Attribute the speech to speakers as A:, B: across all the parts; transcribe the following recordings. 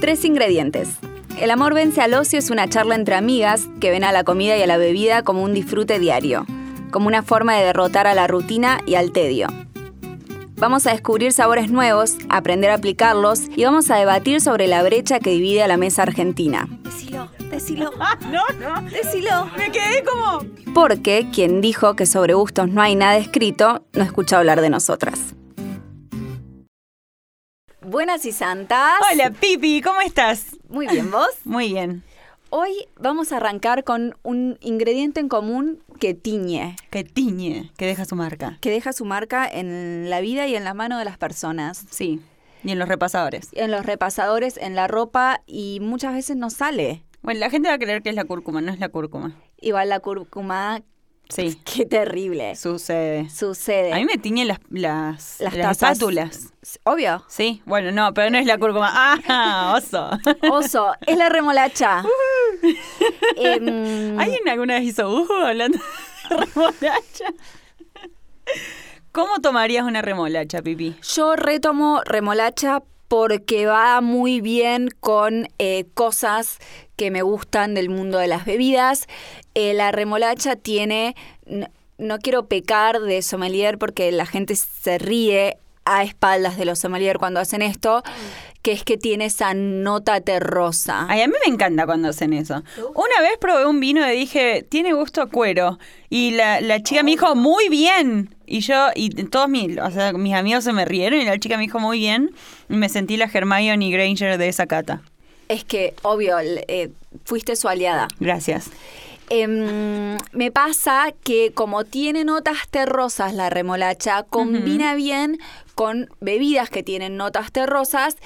A: Tres ingredientes. El amor vence al ocio es una charla entre amigas que ven a la comida y a la bebida como un disfrute diario, como una forma de derrotar a la rutina y al tedio. Vamos a descubrir sabores nuevos, aprender a aplicarlos y vamos a debatir sobre la brecha que divide a la mesa argentina.
B: Decilo, decilo,
C: Ah, No, no.
B: decilo.
C: Me quedé como.
A: Porque quien dijo que sobre gustos no hay nada escrito, no escucha hablar de nosotras. Buenas y santas.
C: Hola, Pipi, ¿cómo estás?
A: Muy bien, ¿vos?
C: Muy bien.
A: Hoy vamos a arrancar con un ingrediente en común que tiñe,
C: Que tiñe, que deja su marca.
A: que deja su marca en la vida y en las manos de las personas.
C: Sí. Y en los repasadores.
A: En los repasadores, en la ropa y muchas veces no sale.
C: Bueno, la gente va a creer que es la cúrcuma, no es la cúrcuma.
A: Igual la cúrcuma,
C: Sí,
A: qué terrible.
C: sucede.
A: Sucede.
C: A mí me tiñen las, las,
A: Las
C: las,
A: tapas.
C: espátulas.
A: Obvio.
C: Sí, bueno, no, pero no es la cúrcuma. ¡Ah, oso!
A: Oso, es la remolacha. Em,
C: ¿Alguien alguna vez hizo uhu hablando de remolacha? ¿Cómo tomarías una remolacha, Pipi?
A: Yo retomo remolacha porque va muy bien con eh, cosas que me gustan del mundo de las bebidas. Eh, la remolacha tiene, n- no, quiero pecar de sommelier porque la gente se ríe a espaldas de los sommelier cuando hacen esto, que es que tiene esa nota terrosa.
C: Ay, a mí me encanta cuando hacen eso. Una vez probé un vino y dije, tiene gusto a cuero. Y la, la chica me dijo, muy bien. Y yo, y todos mis, o sea, mis amigos se me rieron y la chica me dijo, muy bien. Y me sentí la Hermione Granger de esa cata.
A: Es que, obvio, l- eh, fuiste su aliada.
C: Gracias.
A: Em, me pasa que como tiene notas terrosas la remolacha, combina bien con bebidas que tienen notas terrosas,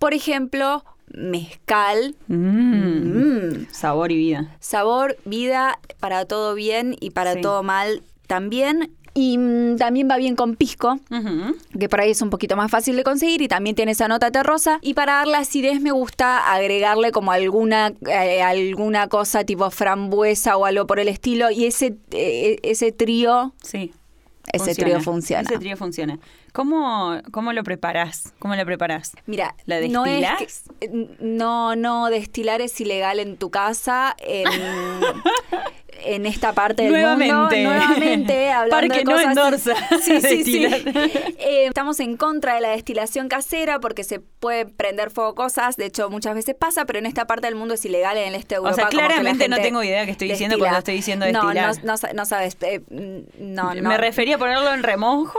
A: por ejemplo, mezcal,
C: Mm,
A: Mm.
C: Sabor y vida.
A: sabor, vida, para todo bien y para
C: Sí.
A: todo mal también. Y mm, también va bien con pisco,
C: Ujú.
A: que por ahí es un poquito más fácil de conseguir y también tiene esa nota terrosa. Y para darle acidez me gusta agregarle como alguna, eh, alguna cosa tipo frambuesa o algo por el estilo. Y ese, eh, ese trío,
C: Sí.
A: ese trío funciona.
C: Ese trío funciona. ¿Cómo, cómo lo preparás? ¿Cómo lo preparás?
A: Mira,
C: ¿La
A: no es que-
C: destilás?
A: eh, no, no, destilar es ilegal en tu casa, en, en esta parte del
C: Nuevamente.
A: mundo. Nuevamente, hablando
C: Parque
A: de
C: no
A: cosas.
C: endorsa
A: Sí, sí, sí.
C: destilar.
A: Eh, estamos en contra de la destilación casera porque se puede prender fuego cosas. De hecho, muchas veces pasa, pero en esta parte del mundo es ilegal, en el este de
C: O sea,
A: Europa. como que la
C: claramente no
A: gente
C: tengo idea qué estoy diciendo cuando estoy diciendo
A: No, no,
C: destilar.
A: no, sa- no sabes. eh, mm, no, no.
C: Me refería a ponerlo en remojo.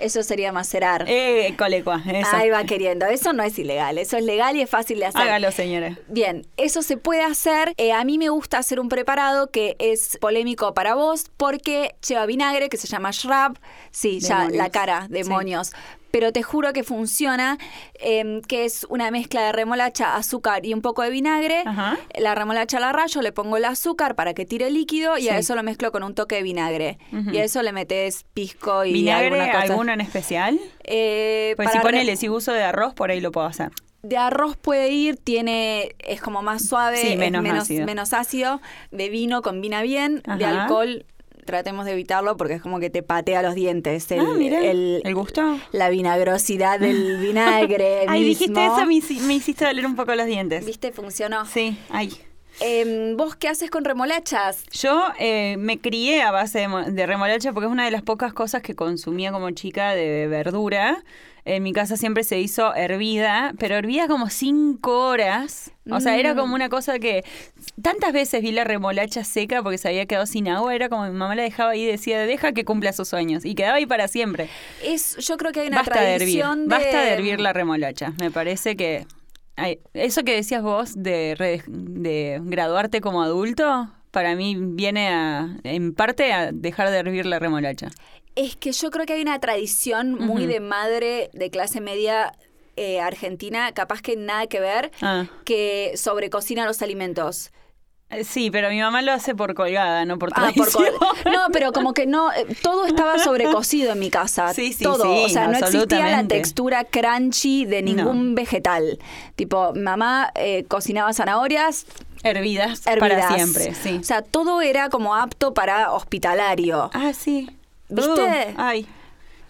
A: Eso sería macerar.
C: Eh, colecua, eso.
A: Ahí va queriendo. Eso no es ilegal. Eso es legal y es fácil de hacer.
C: Hágalo, señora.
A: Bien, eso se puede hacer. Eh, a mí me gusta hacer un preparado que es polémico para vos porque lleva vinagre que se llama shrub. Sí, ya
C: Demonios.
A: la cara, demonios. Pero te juro que funciona, eh, que es una mezcla de remolacha, azúcar y un poco de vinagre.
C: Ajá.
A: La remolacha la rayo, le pongo el azúcar para que tire líquido y a eso lo mezclo con un toque de vinagre. Y a eso le metes pisco y
C: ¿Vinagre
A: alguna cosa.
C: alguno en especial?
A: Eh,
C: Pues si
A: para re-
C: ponele, si uso de arroz, por ahí lo puedo hacer.
A: de arroz puede ir, tiene, es como más suave,
C: Sí,
A: es
C: menos
A: menos,
C: ácido.
A: menos ácido. De vino combina bien, de
C: Ajá.
A: alcohol tratemos de evitarlo porque es como que te patea los dientes el,
C: Ah, mira.
A: el-
C: ¿El gusto?
A: la vinagrosidad del vinagre.
C: Ay, dijiste
A: mismo.
C: eso, me, hici- me hiciste doler un poco los dientes.
A: ¿Viste? Funcionó.
C: Sí, ay.
A: Em, ¿Vos qué haces con remolachas?
C: Yo eh, me crié a base de, mo- de remolacha porque es una de las pocas cosas que consumía como chica de verdura. En mi casa siempre se hizo hervida, pero hervida como cinco horas. O sea, era como una cosa que tantas veces vi la remolacha seca porque se había quedado sin agua. Era como mi mamá la dejaba ahí y decía, deja que cumpla sus sueños. Y quedaba ahí para siempre.
A: Es, yo creo que hay una
C: Basta de hervir.
A: tradición
C: Basta de hervir la remolacha. Me parece que ay, eso que decías vos de, re- de graduarte como adulto, para mí viene a, en parte a dejar de hervir la remolacha.
A: Es que yo creo que hay una tradición muy de madre de clase media eh, argentina, capaz que nada que ver,
C: Ah.
A: que sobrecocina los alimentos.
C: Eh, Sí, pero mi mamá lo hace por colgada, no por
A: Ah,
C: tradición.
A: por col- No, pero como que no, eh, todo estaba sobrecocido en mi casa.
C: Sí, sí,
A: todo.
C: sí,
A: o sea, no existía la
C: absolutamente.
A: textura crunchy de ningún vegetal. Tipo, mamá eh, cocinaba zanahorias
C: Hervidas,
A: hervidas.
C: para siempre, sí.
A: O sea, todo era como apto para hospitalario.
C: Ah, sí.
A: ¿Viste?
C: Uh, ay,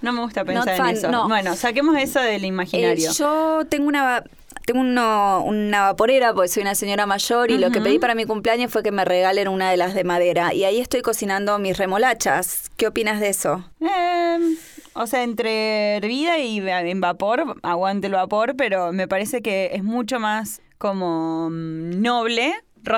C: no me gusta
A: Not
C: pensar
A: fan,
C: en eso.
A: no.
C: Bueno, saquemos eso del
A: Eh,
C: imaginario.
A: yo tengo una tengo uno- una vaporera porque soy una señora mayor y lo que
C: Ujú.
A: pedí para mi cumpleaños fue que me regalen una de las de madera. Y ahí estoy cocinando mis remolachas. ¿Qué opinas de eso?
C: Em, o sea, entre hervida y va- en vapor, aguante el vapor, pero me parece que es mucho más como mm, noble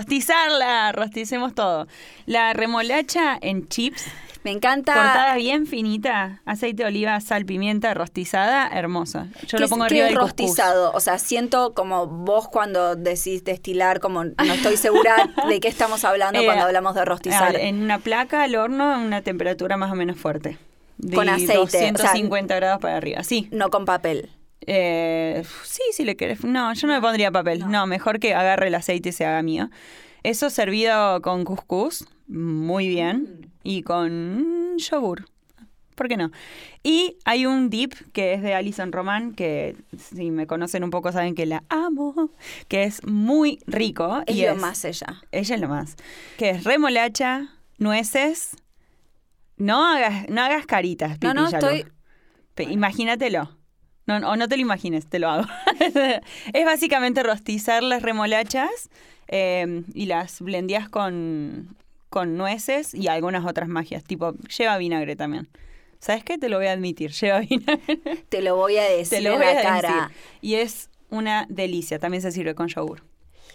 C: rostizarla, rosticemos todo. La remolacha en chips,
A: Me encanta.
C: cortada bien finita, aceite de oliva, sal, pimienta, rostizada, hermosa. Yo
A: ¿Qué
C: lo
A: es-
C: pongo
A: qué
C: arriba
A: es
C: del cuscús.
A: rostizado? O sea, siento como vos cuando decís destilar, como no estoy segura de qué estamos hablando
C: Eh,
A: cuando hablamos de
C: al-
A: rostizar.
C: En una placa al horno a una temperatura más o menos fuerte. De
A: Con aceite, o sea,
C: 250 grados para arriba, sí.
A: No con papel.
C: Eh, sí, si le querés. No, yo no me pondría papel. No. mejor que agarre el aceite y se haga mío. Eso servido con cuscús, muy
A: Mm.
C: bien. Y con yogur. ¿Por qué no? Y hay un dip que es de Alison Roman, que si me conocen un poco saben que la amo, que es muy rico.
A: Es
C: y
A: lo más ella.
C: ella es lo más. Que es remolacha, nueces. No hagas, no hagas caritas. Pipi
A: No, no,
C: Yalbo.
A: estoy-
C: Pe- Imagínatelo. No, no, o no te lo imagines, te lo hago. es básicamente rostizar las remolachas eh, y las blendeas con, con nueces y algunas otras magias. Tipo, lleva vinagre también. ¿Sabes qué? Te lo voy a admitir. Lleva vinagre.
A: Te lo voy a decir
C: te lo
A: en
C: voy
A: la
C: a
A: cara.
C: decir. Y es una delicia. También se sirve con yogur.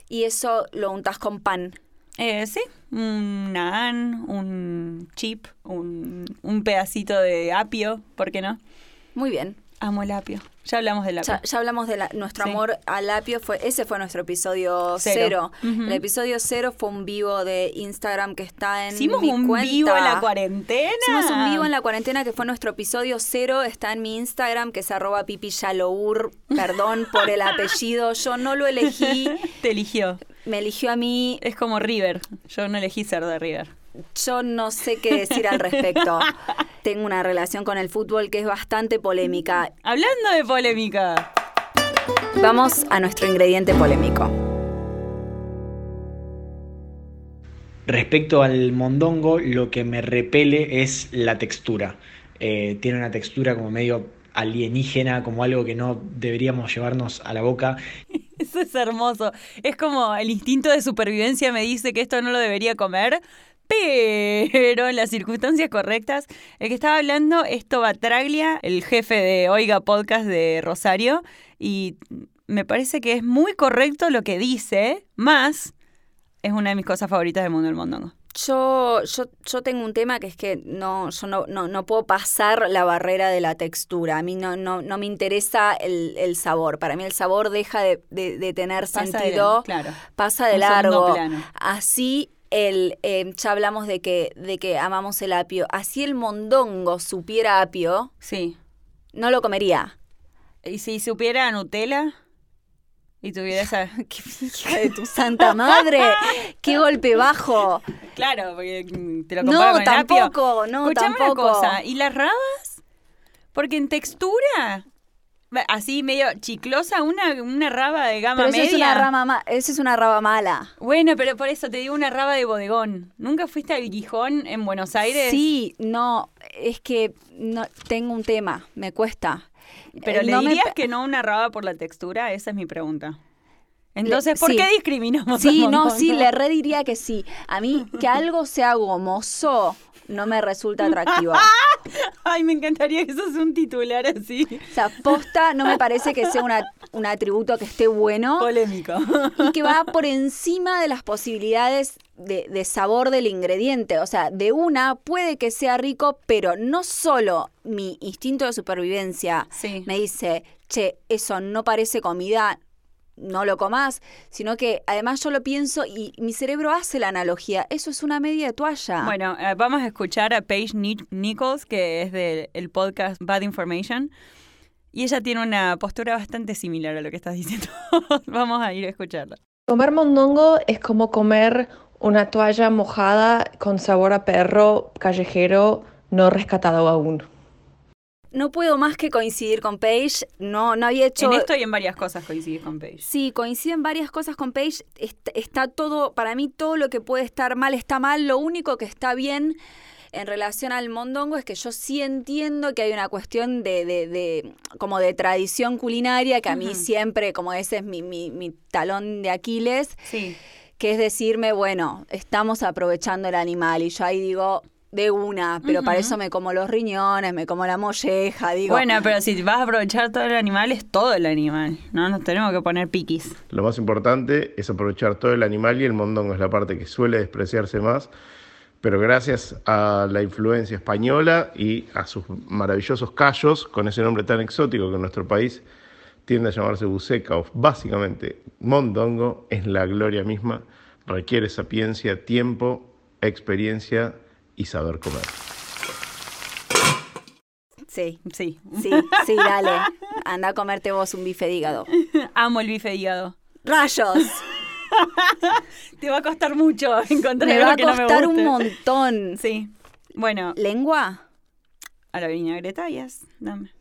A: Y eso lo untás con pan.
C: Eh, sí, un naan, un chip, un, un pedacito de apio, ¿por qué no?
A: Muy bien.
C: Amo el apio. Ya hablamos del apio.
A: Ya, ya hablamos de la- nuestro
C: Sí.
A: amor al apio. Fue, ese fue nuestro episodio cero.
C: Cero. Ujú.
A: El episodio cero fue un vivo de Instagram que está en
C: Hicimos
A: mi
C: un
A: cuenta.
C: vivo en la cuarentena.
A: Hicimos un vivo en la cuarentena que fue nuestro episodio cero. Está en mi Instagram, que es arroba pipiyalour. Perdón por el apellido. Yo no lo elegí.
C: Te eligió.
A: Me eligió a mí.
C: Es como River. Yo no elegí ser de River.
A: Yo no sé qué decir al respecto. Tengo una relación con el fútbol que es bastante polémica.
C: Hablando de polémica.
A: Vamos a nuestro ingrediente polémico.
B: Respecto al mondongo, lo que me repele es la textura. Eh, tiene una textura como medio alienígena, como algo que no deberíamos llevarnos a la boca.
C: Eso es hermoso. Es como el instinto de supervivencia me dice que esto no lo debería comer, pero en las circunstancias correctas. El que estaba hablando es Tobatraglia, el jefe de Oiga Podcast de Rosario, y me parece que es muy correcto lo que dice, más es una de mis cosas favoritas del mundo del mondongo.
A: Yo, yo, yo tengo un tema que es que no, yo no, no, no puedo pasar la barrera de la textura. A mí no, no, no me interesa el, el sabor. Para mí el sabor deja de, de- de tener
C: Pasa de-
A: sentido,
C: claro.
A: pasa de
C: Un segundo
A: largo.
C: plano.
A: Así el, eh, ya hablamos de que, de que amamos el apio. Así el mondongo supiera apio,
C: Sí.
A: no lo comería.
C: Y si supiera Nutella y tuviera esa...
A: ¡Qué hija de tu santa madre! ¡Qué golpe bajo!
C: Claro, porque mm, te lo comparo
A: No,
C: con el apio.
A: tampoco, no,
C: Escuchame
A: tampoco.
C: una cosa, ¿y las rabas? Porque en textura, va- así medio chiclosa, una, una raba de gama
A: Pero eso
C: media.
A: es una rama ma- eso es una raba mala.
C: Bueno, pero por eso te digo una raba de bodegón. ¿Nunca fuiste al Gijón en Buenos Aires?
A: Sí, no, es que no tengo un tema, me cuesta.
C: Pero
A: Eh,
C: le
A: no me
C: dirías
A: pe-
C: que no una raba por la textura, esa es mi pregunta. Entonces, ¿por
A: sí.
C: qué discriminamos?
A: Sí,
C: al
A: no,
C: mondongo?
A: sí, le rediría que sí. A mí que algo sea gomoso no me resulta atractivo. O
C: Ay, me encantaría que sos un titular así.
A: sea, posta no me parece que sea una- un atributo que esté bueno
C: Polémico.
A: y que va por encima de las posibilidades de, de sabor del ingrediente. O sea, de una puede que sea rico, pero no solo mi instinto de supervivencia
C: Sí.
A: me dice, che, eso no parece comida, no lo comas, sino que además yo lo pienso y mi cerebro hace la analogía, eso es una media de toalla.
C: Bueno, eh, vamos a escuchar a Paige Ni- Nichols, que es del el podcast Bad Information. Y ella tiene una postura bastante similar a lo que estás diciendo. vamos a ir a escucharla.
D: Comer mondongo es como comer una toalla mojada con sabor a perro callejero no rescatado aún.
A: No puedo más que coincidir con Paige, no, no había hecho...
C: En este esto y en varias cosas coincidís con Paige.
A: Sí, coinciden varias cosas con Paige. Est- Está, todo, para mí todo lo que puede estar mal está mal, lo único que está bien en relación al mondongo es que yo sí entiendo que hay una cuestión de, de, de como de tradición culinaria, que a mí
C: Ujú.
A: siempre, como ese es mi, mi- mi talón de Aquiles,
C: Sí.
A: que es decirme, bueno, estamos aprovechando el animal, y yo ahí digo, de una, pero para
C: Ujú.
A: eso me como los riñones, me como la molleja, digo.
C: bueno, pero si vas a aprovechar todo el animal, es todo el animal. No nos tenemos que poner piquis.
E: Lo más importante es aprovechar todo el animal y el mondongo es la parte que suele despreciarse más, pero gracias a la influencia española y a sus maravillosos callos, con ese nombre tan exótico que en nuestro país tiende a llamarse buceca o básicamente mondongo, es la gloria misma, requiere sapiencia, tiempo, experiencia y saber comer.
A: Sí,
C: Sí.
A: sí, sí, dale. Anda a comerte vos un bife de hígado.
C: Amo el bife de hígado.
A: ¡Rayos!
C: Te va a costar mucho encontrar
A: Me
C: algo
A: va a
C: que no me
A: costar un
C: guste.
A: montón.
C: Sí. Bueno,
A: ¿Lengua?
C: a la vinagreta, yes. Dame.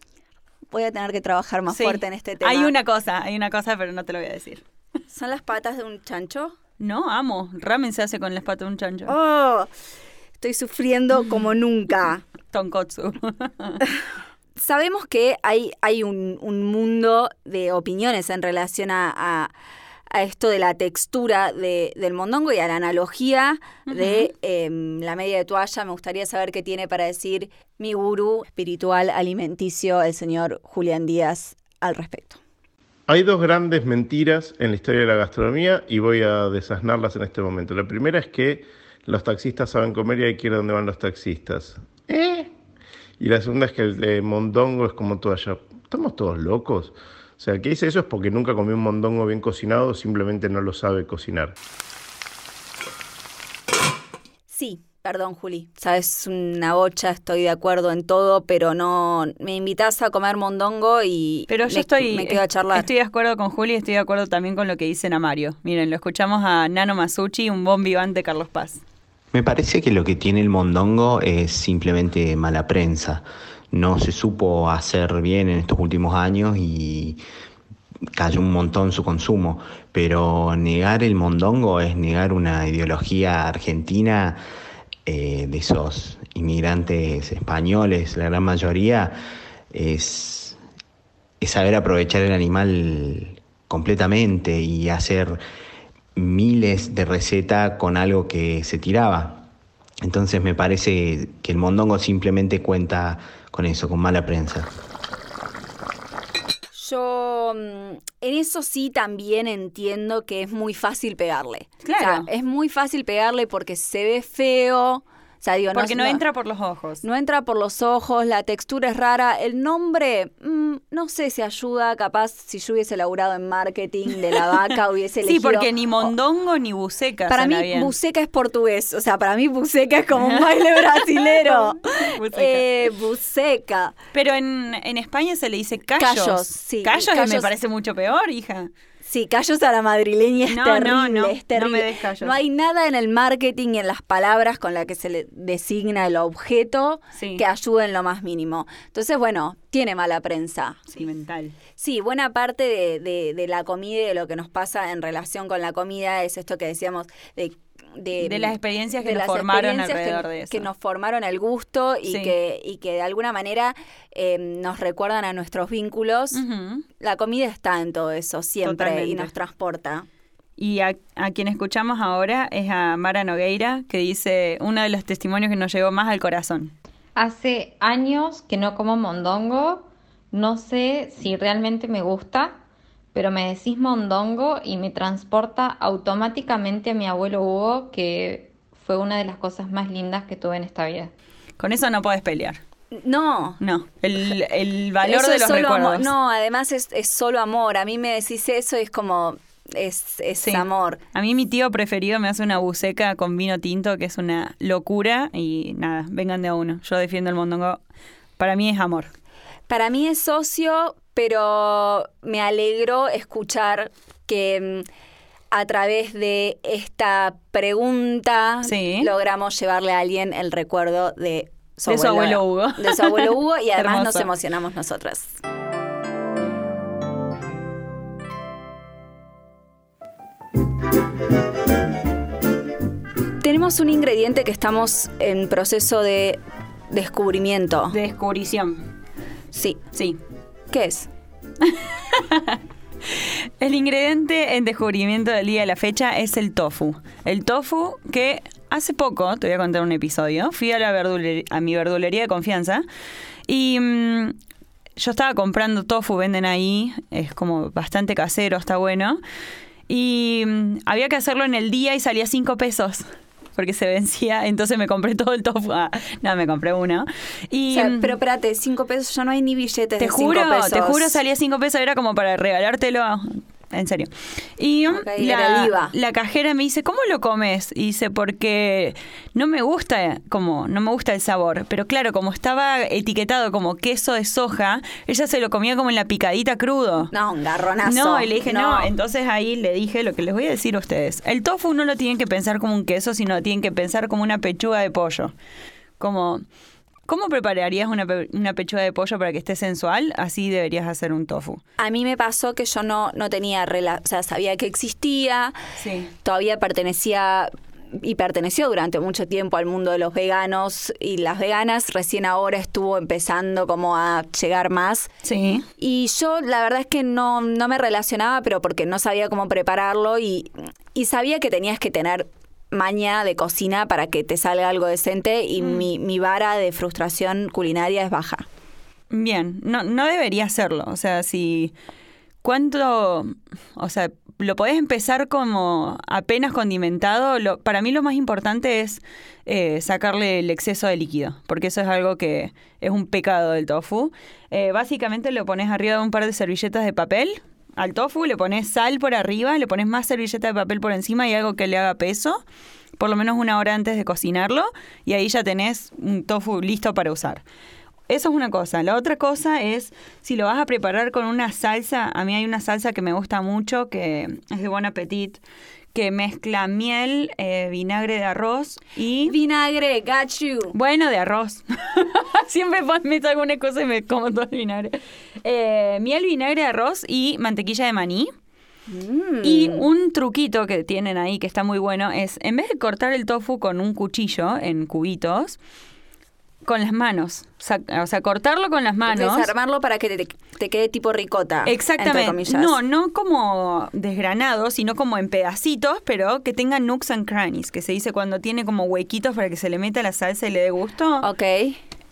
A: Voy a tener que trabajar más
C: Sí.
A: fuerte en este tema.
C: Hay una cosa, hay una cosa, pero no te lo voy a decir.
A: ¿Son las patas de un chancho?
C: No, amo. Ramen se hace con las patas de un chancho. Ah.
A: ¡Oh! Estoy sufriendo como nunca.
C: Tonkotsu.
A: Sabemos que hay, hay un, un mundo de opiniones en relación a, a- a esto de la textura de- del mondongo y a la analogía de em, la media de toalla. Me gustaría saber qué tiene para decir mi gurú espiritual alimenticio, el señor Julián Díaz, al respecto.
E: Hay dos grandes mentiras en la historia de la gastronomía y voy a desasnarlas en este momento. La primera es que los taxistas saben comer y hay que ir donde van los taxistas. ¿Eh? Y la segunda es que el eh, mondongo es como toalla. Estamos todos locos. O sea, el que dice eso es porque nunca comió un mondongo bien cocinado, simplemente no lo sabe cocinar.
A: Sí, perdón, Juli. Sabes, una bocha, estoy de acuerdo en todo, pero no. Me invitas a comer mondongo y
C: Pero
A: me,
C: yo estoy, eh,
A: me quedo a charlar.
C: estoy de acuerdo con Juli y estoy de acuerdo también con lo que dicen a Mario. Miren, lo escuchamos a Nano Masucci, un bon vivant de Carlos Paz.
F: Me parece que lo que tiene el mondongo es simplemente mala prensa. No se supo hacer bien en estos últimos años y cayó un montón su consumo. Pero negar el mondongo es negar una ideología argentina eh, de esos inmigrantes españoles, la gran mayoría, es, es saber aprovechar el animal completamente y hacer miles de recetas con algo que se tiraba. Entonces me parece que el mondongo simplemente cuenta con eso, con mala prensa.
A: Yo mm, en eso sí también entiendo que es muy fácil pegarle.
C: Claro.
A: O sea, es muy fácil pegarle porque se ve feo. O sea, digo,
C: Porque no, entra por los ojos.
A: No entra por los ojos, la textura es rara, el nombre, mm, no sé si ayuda, capaz si yo hubiese laburado en marketing de la vaca, hubiese
C: sí,
A: elegido...
C: porque ni
A: o-
C: mondongo ni buceca
A: Para mí,
C: suena bien.
A: buceca es portugués. O sea, para mí, buceca es como un baile brasilero.
C: Buceca.
A: Eh, buceca.
C: Pero en, en España se le dice callos.
A: Callos, sí,
C: Callos, me
A: callos.
C: parece mucho peor, hija.
A: Sí, callos a la madrileña es
C: No, no,
A: terrible.
C: no,
A: es
C: no me
A: terrible.
C: des callos.
A: No hay nada en el marketing y en las palabras con las que se le designa el objeto
C: Sí.
A: que ayude en lo más mínimo. Entonces, bueno, tiene mala prensa.
C: Sí, mental.
A: Sí, buena parte de, de- de la comida y de lo que nos pasa en relación con la comida es esto que decíamos de... De,
C: De las experiencias que nos
A: las
C: formaron
A: experiencias que-
C: alrededor de eso.
A: Que nos formaron el gusto y,
C: Sí.
A: que, y que de alguna manera eh, nos recuerdan a nuestros vínculos.
C: Ujú.
A: La comida está en todo eso siempre y
C: Totalmente.
A: nos transporta.
C: Y a, a quien escuchamos ahora es a Mara Nogueira, que dice uno de los testimonios que nos llegó más al corazón.
G: Hace años que no como mondongo, no sé si realmente me gusta, pero me decís mondongo y me transporta automáticamente a mi abuelo Hugo, que fue una de las cosas más lindas que tuve en esta vida.
C: Con eso no podés pelear.
A: No.
C: No, el, el valor
A: Eso
C: de
A: es
C: los
A: solo
C: recuerdos.
A: amor. No, además es, es solo amor. A mí me decís eso y es como... Es, es
C: Sí.
A: amor.
C: A mí mi tío preferido me hace una buceca con vino tinto, que es una locura. Y nada, vengan de a uno. Yo defiendo el mondongo. Para mí es amor.
A: Para mí es socio, pero me alegro escuchar que mm, a través de esta pregunta
C: Sí.
A: logramos llevarle a alguien el recuerdo de su,
C: De su abuelo Hugo.
A: De su abuelo Hugo y además nos
C: Hermoso.
A: emocionamos nosotras. Tenemos un ingrediente que estamos en proceso de descubrimiento.
C: De descubrición.
A: Sí.
C: Sí.
A: ¿Qué es?
C: El ingrediente en descubrimiento del día de la fecha es el tofu. El tofu que hace poco, te voy a contar un episodio, fui a, la verdule- a mi verdulería de confianza y mm, yo estaba comprando tofu, venden ahí, es como bastante casero, está bueno. Y mm, había que hacerlo en el día y salía 5 pesos. Porque se vencía, entonces me compré todo el tofu. Ah, no, me compré uno. Y,
A: O sea,
C: mm,
A: pero espérate, cinco pesos, ya no hay ni billetes
C: te
A: de
C: juro,
A: cinco pesos.
C: te juro, salía 5 pesos, era como para regalártelo. En serio. Y um,
A: Ok, era
C: la,
A: el IVA.
C: la cajera me dice, ¿cómo lo comes? Y dice, porque no me gusta, como, no me gusta el sabor. Pero claro, como estaba etiquetado como queso de soja, ella se lo comía como en la picadita crudo.
A: No, un garronazo.
C: No, y le dije, no. Entonces ahí le dije lo que les voy a decir a ustedes. El tofu no lo tienen que pensar como un queso, sino lo tienen que pensar como una pechuga de pollo. Como, ¿cómo prepararías una, pe- una pechuga de pollo para que esté sensual? Así deberías hacer un tofu.
A: A mí me pasó que yo no, no tenía, rela- o sea, sabía que existía,
C: Sí.
A: todavía pertenecía y perteneció durante mucho tiempo al mundo de los veganos y las veganas, recién ahora estuvo empezando como a llegar más.
C: Sí.
A: Y yo la verdad es que no, no me relacionaba, pero porque no sabía cómo prepararlo y, y sabía que tenías que tener maña de cocina para que te salga algo decente y
C: Mm.
A: mi, mi vara de frustración culinaria es baja.
C: Bien, no, no debería hacerlo. O sea, si. ¿Cuánto.? O sea, lo podés empezar como apenas condimentado. Lo, para mí lo más importante es eh, sacarle el exceso de líquido, porque eso es algo que es un pecado del tofu. Eh, básicamente lo pones arriba de un par de servilletas de papel. Al tofu le pones sal por arriba, le pones más servilleta de papel por encima y algo que le haga peso, por lo menos una hora antes de cocinarlo, y ahí ya tenés un tofu listo para usar. Eso es una cosa. La otra cosa es si lo vas a preparar con una salsa. A mí hay una salsa que me gusta mucho, que es de Bon Appetit, que mezcla miel, eh, vinagre de arroz y...
A: Vinagre, got you.
C: Bueno, de arroz. Siempre pon- meto alguna cosa y me como todo el vinagre. Eh, miel, vinagre de arroz y mantequilla de maní. Y
A: Mm.
C: un truquito que tienen ahí que está muy bueno es, en vez de cortar el tofu con un cuchillo en cubitos, con las manos. Sac- O sea, cortarlo con las manos.
A: Desarmarlo para que te, te quede tipo ricota. Ah, entre
C: Exactamente.
A: comillas.
C: No, no como desgranado, sino como en pedacitos, pero que tenga nooks and crannies, que se dice cuando tiene como huequitos para que se le meta la salsa y le dé gusto.
A: Ok.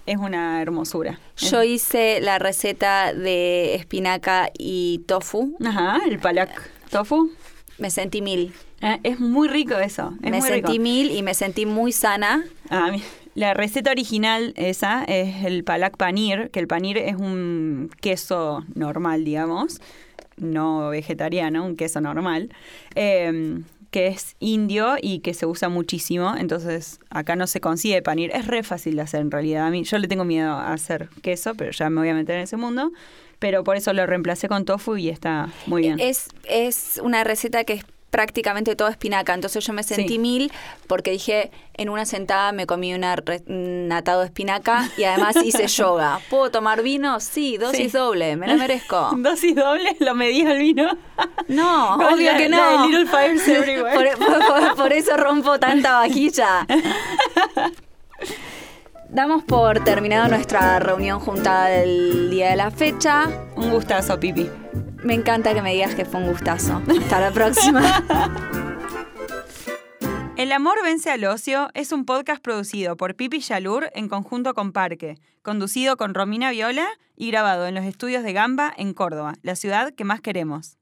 C: Es una hermosura.
A: Yo hice la receta de espinaca y tofu.
C: Ajá, el palak tofu.
A: Me sentí mil.
C: Eh, es muy rico eso. Es
A: me
C: muy
A: sentí
C: rico.
A: mil y me sentí muy sana.
C: Ah, mi- la receta original esa es el palak panir, que el panir es un queso normal, digamos, no vegetariano, un queso normal, eh, que es indio y que se usa muchísimo, entonces acá no se consigue panir. Es re fácil de hacer en realidad. A mí, yo le tengo miedo a hacer queso, pero ya me voy a meter en ese mundo. Pero por eso lo reemplacé con tofu y está muy bien.
A: Es, es una receta que es prácticamente toda espinaca. Entonces yo me sentí
C: Sí.
A: mil porque dije, en una sentada me comí una re- un atado de espinaca y además hice yoga. ¿Puedo tomar vino? Sí, dosis
C: Sí.
A: doble, me lo merezco.
C: ¿Dosis doble? ¿Lo medí al vino?
A: No,
C: Con
A: obvio
C: la-
A: que
C: la de
A: no.
C: Little Fires Everywhere.
A: por, por- por- por eso rompo tanta vajilla. Damos por terminado nuestra reunión juntada del día de la fecha.
C: Un gustazo, Pipi.
A: Me encanta que me digas que fue un gustazo. Hasta la próxima.
C: El amor vence al ocio es un podcast producido por Pipi Yalur en conjunto con Parque, conducido con Romina Viola y grabado en los estudios de Gamba en Córdoba, la ciudad que más queremos.